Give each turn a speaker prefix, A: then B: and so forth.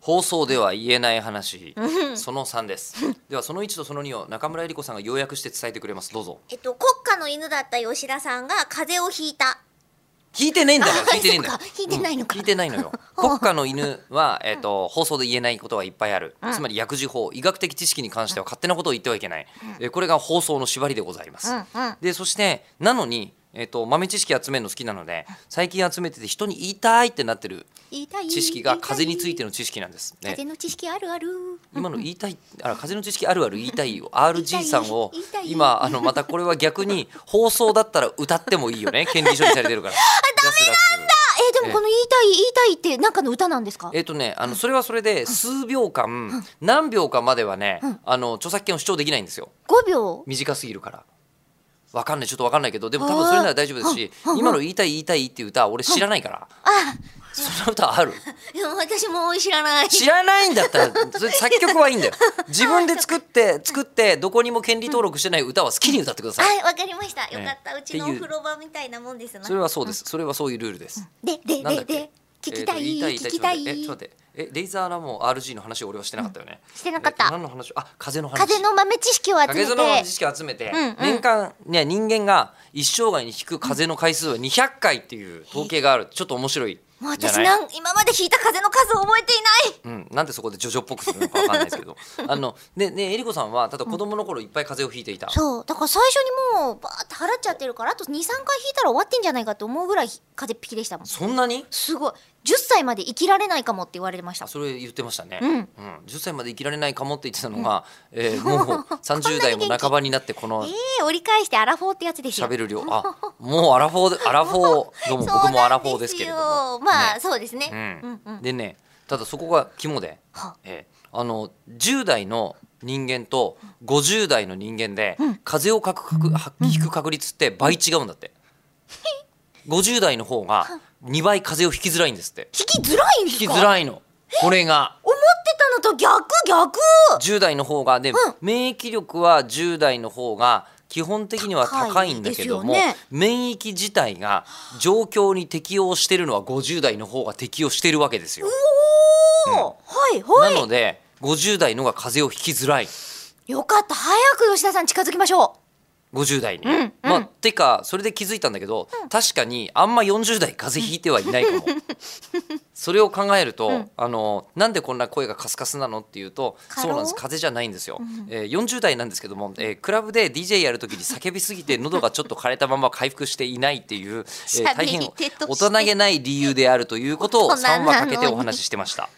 A: 放送では言えない話その3です ではその1とその2を中村江里子さんが要約して伝えてくれますどうぞ
B: えっと、国家の犬だった吉田さんが風邪をひいた。
A: 聞いてないんだよ
B: あ
A: 聞いてないんだよ
B: そっか聞いてないのか
A: うん聞いてない のよ国家の犬は、えっと放送で言えないことはいっぱいある、
B: ん
A: つまり薬事法医学的知識に関しては勝手なことを言ってはいけない、えーこれが放送の縛りでございます、
B: うんうん
A: でそしてなのにえっと豆知識集めるの好きなので最近集めてて人に言いたいってなってる
B: 言いたい。
A: 知識が風について
B: の。
A: の知識なんです、ね
B: 風、の知識あるある。
A: 今の言いたいあ風の知識あるある言いたいよ RG さんを
B: 言いたい
A: 今あのまたこれは逆に放送だったら歌ってもいいよ ね権利処理されてるからダメなんだ
B: あ、えー、でもこの言いたい、言いたいって、なんかの歌なんですか。
A: えっとねあのそれはそれで数秒間何秒かまではねあの著作権を主張できないんですよ
B: 五秒。
A: 短すぎるから。わかんないちょっとわかんないけどでも多分それなら大丈夫ですし今の「言いたい言いたい」っていう歌俺知らないから
B: あ、
A: その歌ある
B: いや私も知らない。
A: 知らないんだったらそれ作曲はいいんだよ自分で作って作ってどこにも権利登録してない歌は好きに歌ってください
B: はい、わかりました。よかった。
A: ね
B: うちの
A: って
B: お
A: いう
B: 風呂場みたいなもんですな。
A: それはそうです。それはそういうルールです。
B: で、で、
A: なんだ
B: で、
A: っけ
B: で。聞きたい。
A: えーと
B: 聞
A: 言
B: きたい。
A: 言ちょっと待ってえちょっと待ってえレイザーラモン RG の話を俺はしてなかったよね。
B: してなかった
A: えーと何の話？あ風の話。
B: 風の豆知識を集
A: 風
B: め
A: 邪の知
B: て。
A: 識を集めて、
B: うんうん
A: 年間ね人間が一生涯に引く風邪の回数は200回っていう統計がある。ちょっと面白い
B: もう
A: じゃ
B: 私
A: ない。
B: なん、今まで引いた風の数を覚えていない。
A: うん、なんでそこでジョジョっぽくするのかわかんないですけどあのねねえりこさんはただ子供の頃いっぱい風邪をひいていた、
B: そう、だから最初にもう、ばーって払っちゃってるから、あと2、3回引いたら終わってんじゃないかと思うぐらい、風邪っ引きでしたもん。
A: そんなに
B: すごい10歳まで生きられないかもって言われてました
A: それ言ってましたね、
B: うん
A: 10歳まで生きられないかもって言ってたのが、えーもう 30代も半ばになってこの
B: ええ折り返してアラフォーってやつですよ
A: 喋る量 あもうアラフォーでアラフォーどうも僕もアラフォーですけれど
B: そうなん
A: も、
B: ですよまあ、
A: ね
B: そうですね、
A: う
B: うん
A: ん
B: うん
A: でねただそこが肝で
B: は、
A: えーあの10代の人間と50代の人間で、風邪をかくかくは引く確率って倍違うんだって、50代の方が2倍風邪を引きづらいんですって
B: 引きづらいんです
A: 引
B: か
A: きづらいのこれが。
B: 思ってたのと逆逆
A: 10代の方がで、免疫力は10代の方が基本的には高いんだけども、
B: 高いですよね
A: 免疫自体が状況に適応してるのは50代の方が適応してるわけですよ。
B: おー、はい
A: な
B: は
A: いので50代のが風邪を引きづらい
B: よかった早く吉田さん近づきましょ
A: 50代に。
B: んうん
A: まあ、てかそれで気づいたんだけど、確かにあんま40代風邪ひいてはいないかも。 それを考えると、あのなんでこんな声がカスカスなのっていうと
B: 過
A: そう
B: 労
A: なんです風邪じゃないんですよ、えー40代なんですけども、えークラブで DJ やるときに叫びすぎて喉がちょっと枯れたまま回復していないっていう、えー大変
B: 喋り手として
A: 大人げない理由であるということを
B: 大人な
A: 3
B: のに
A: 話かけてお話ししてました。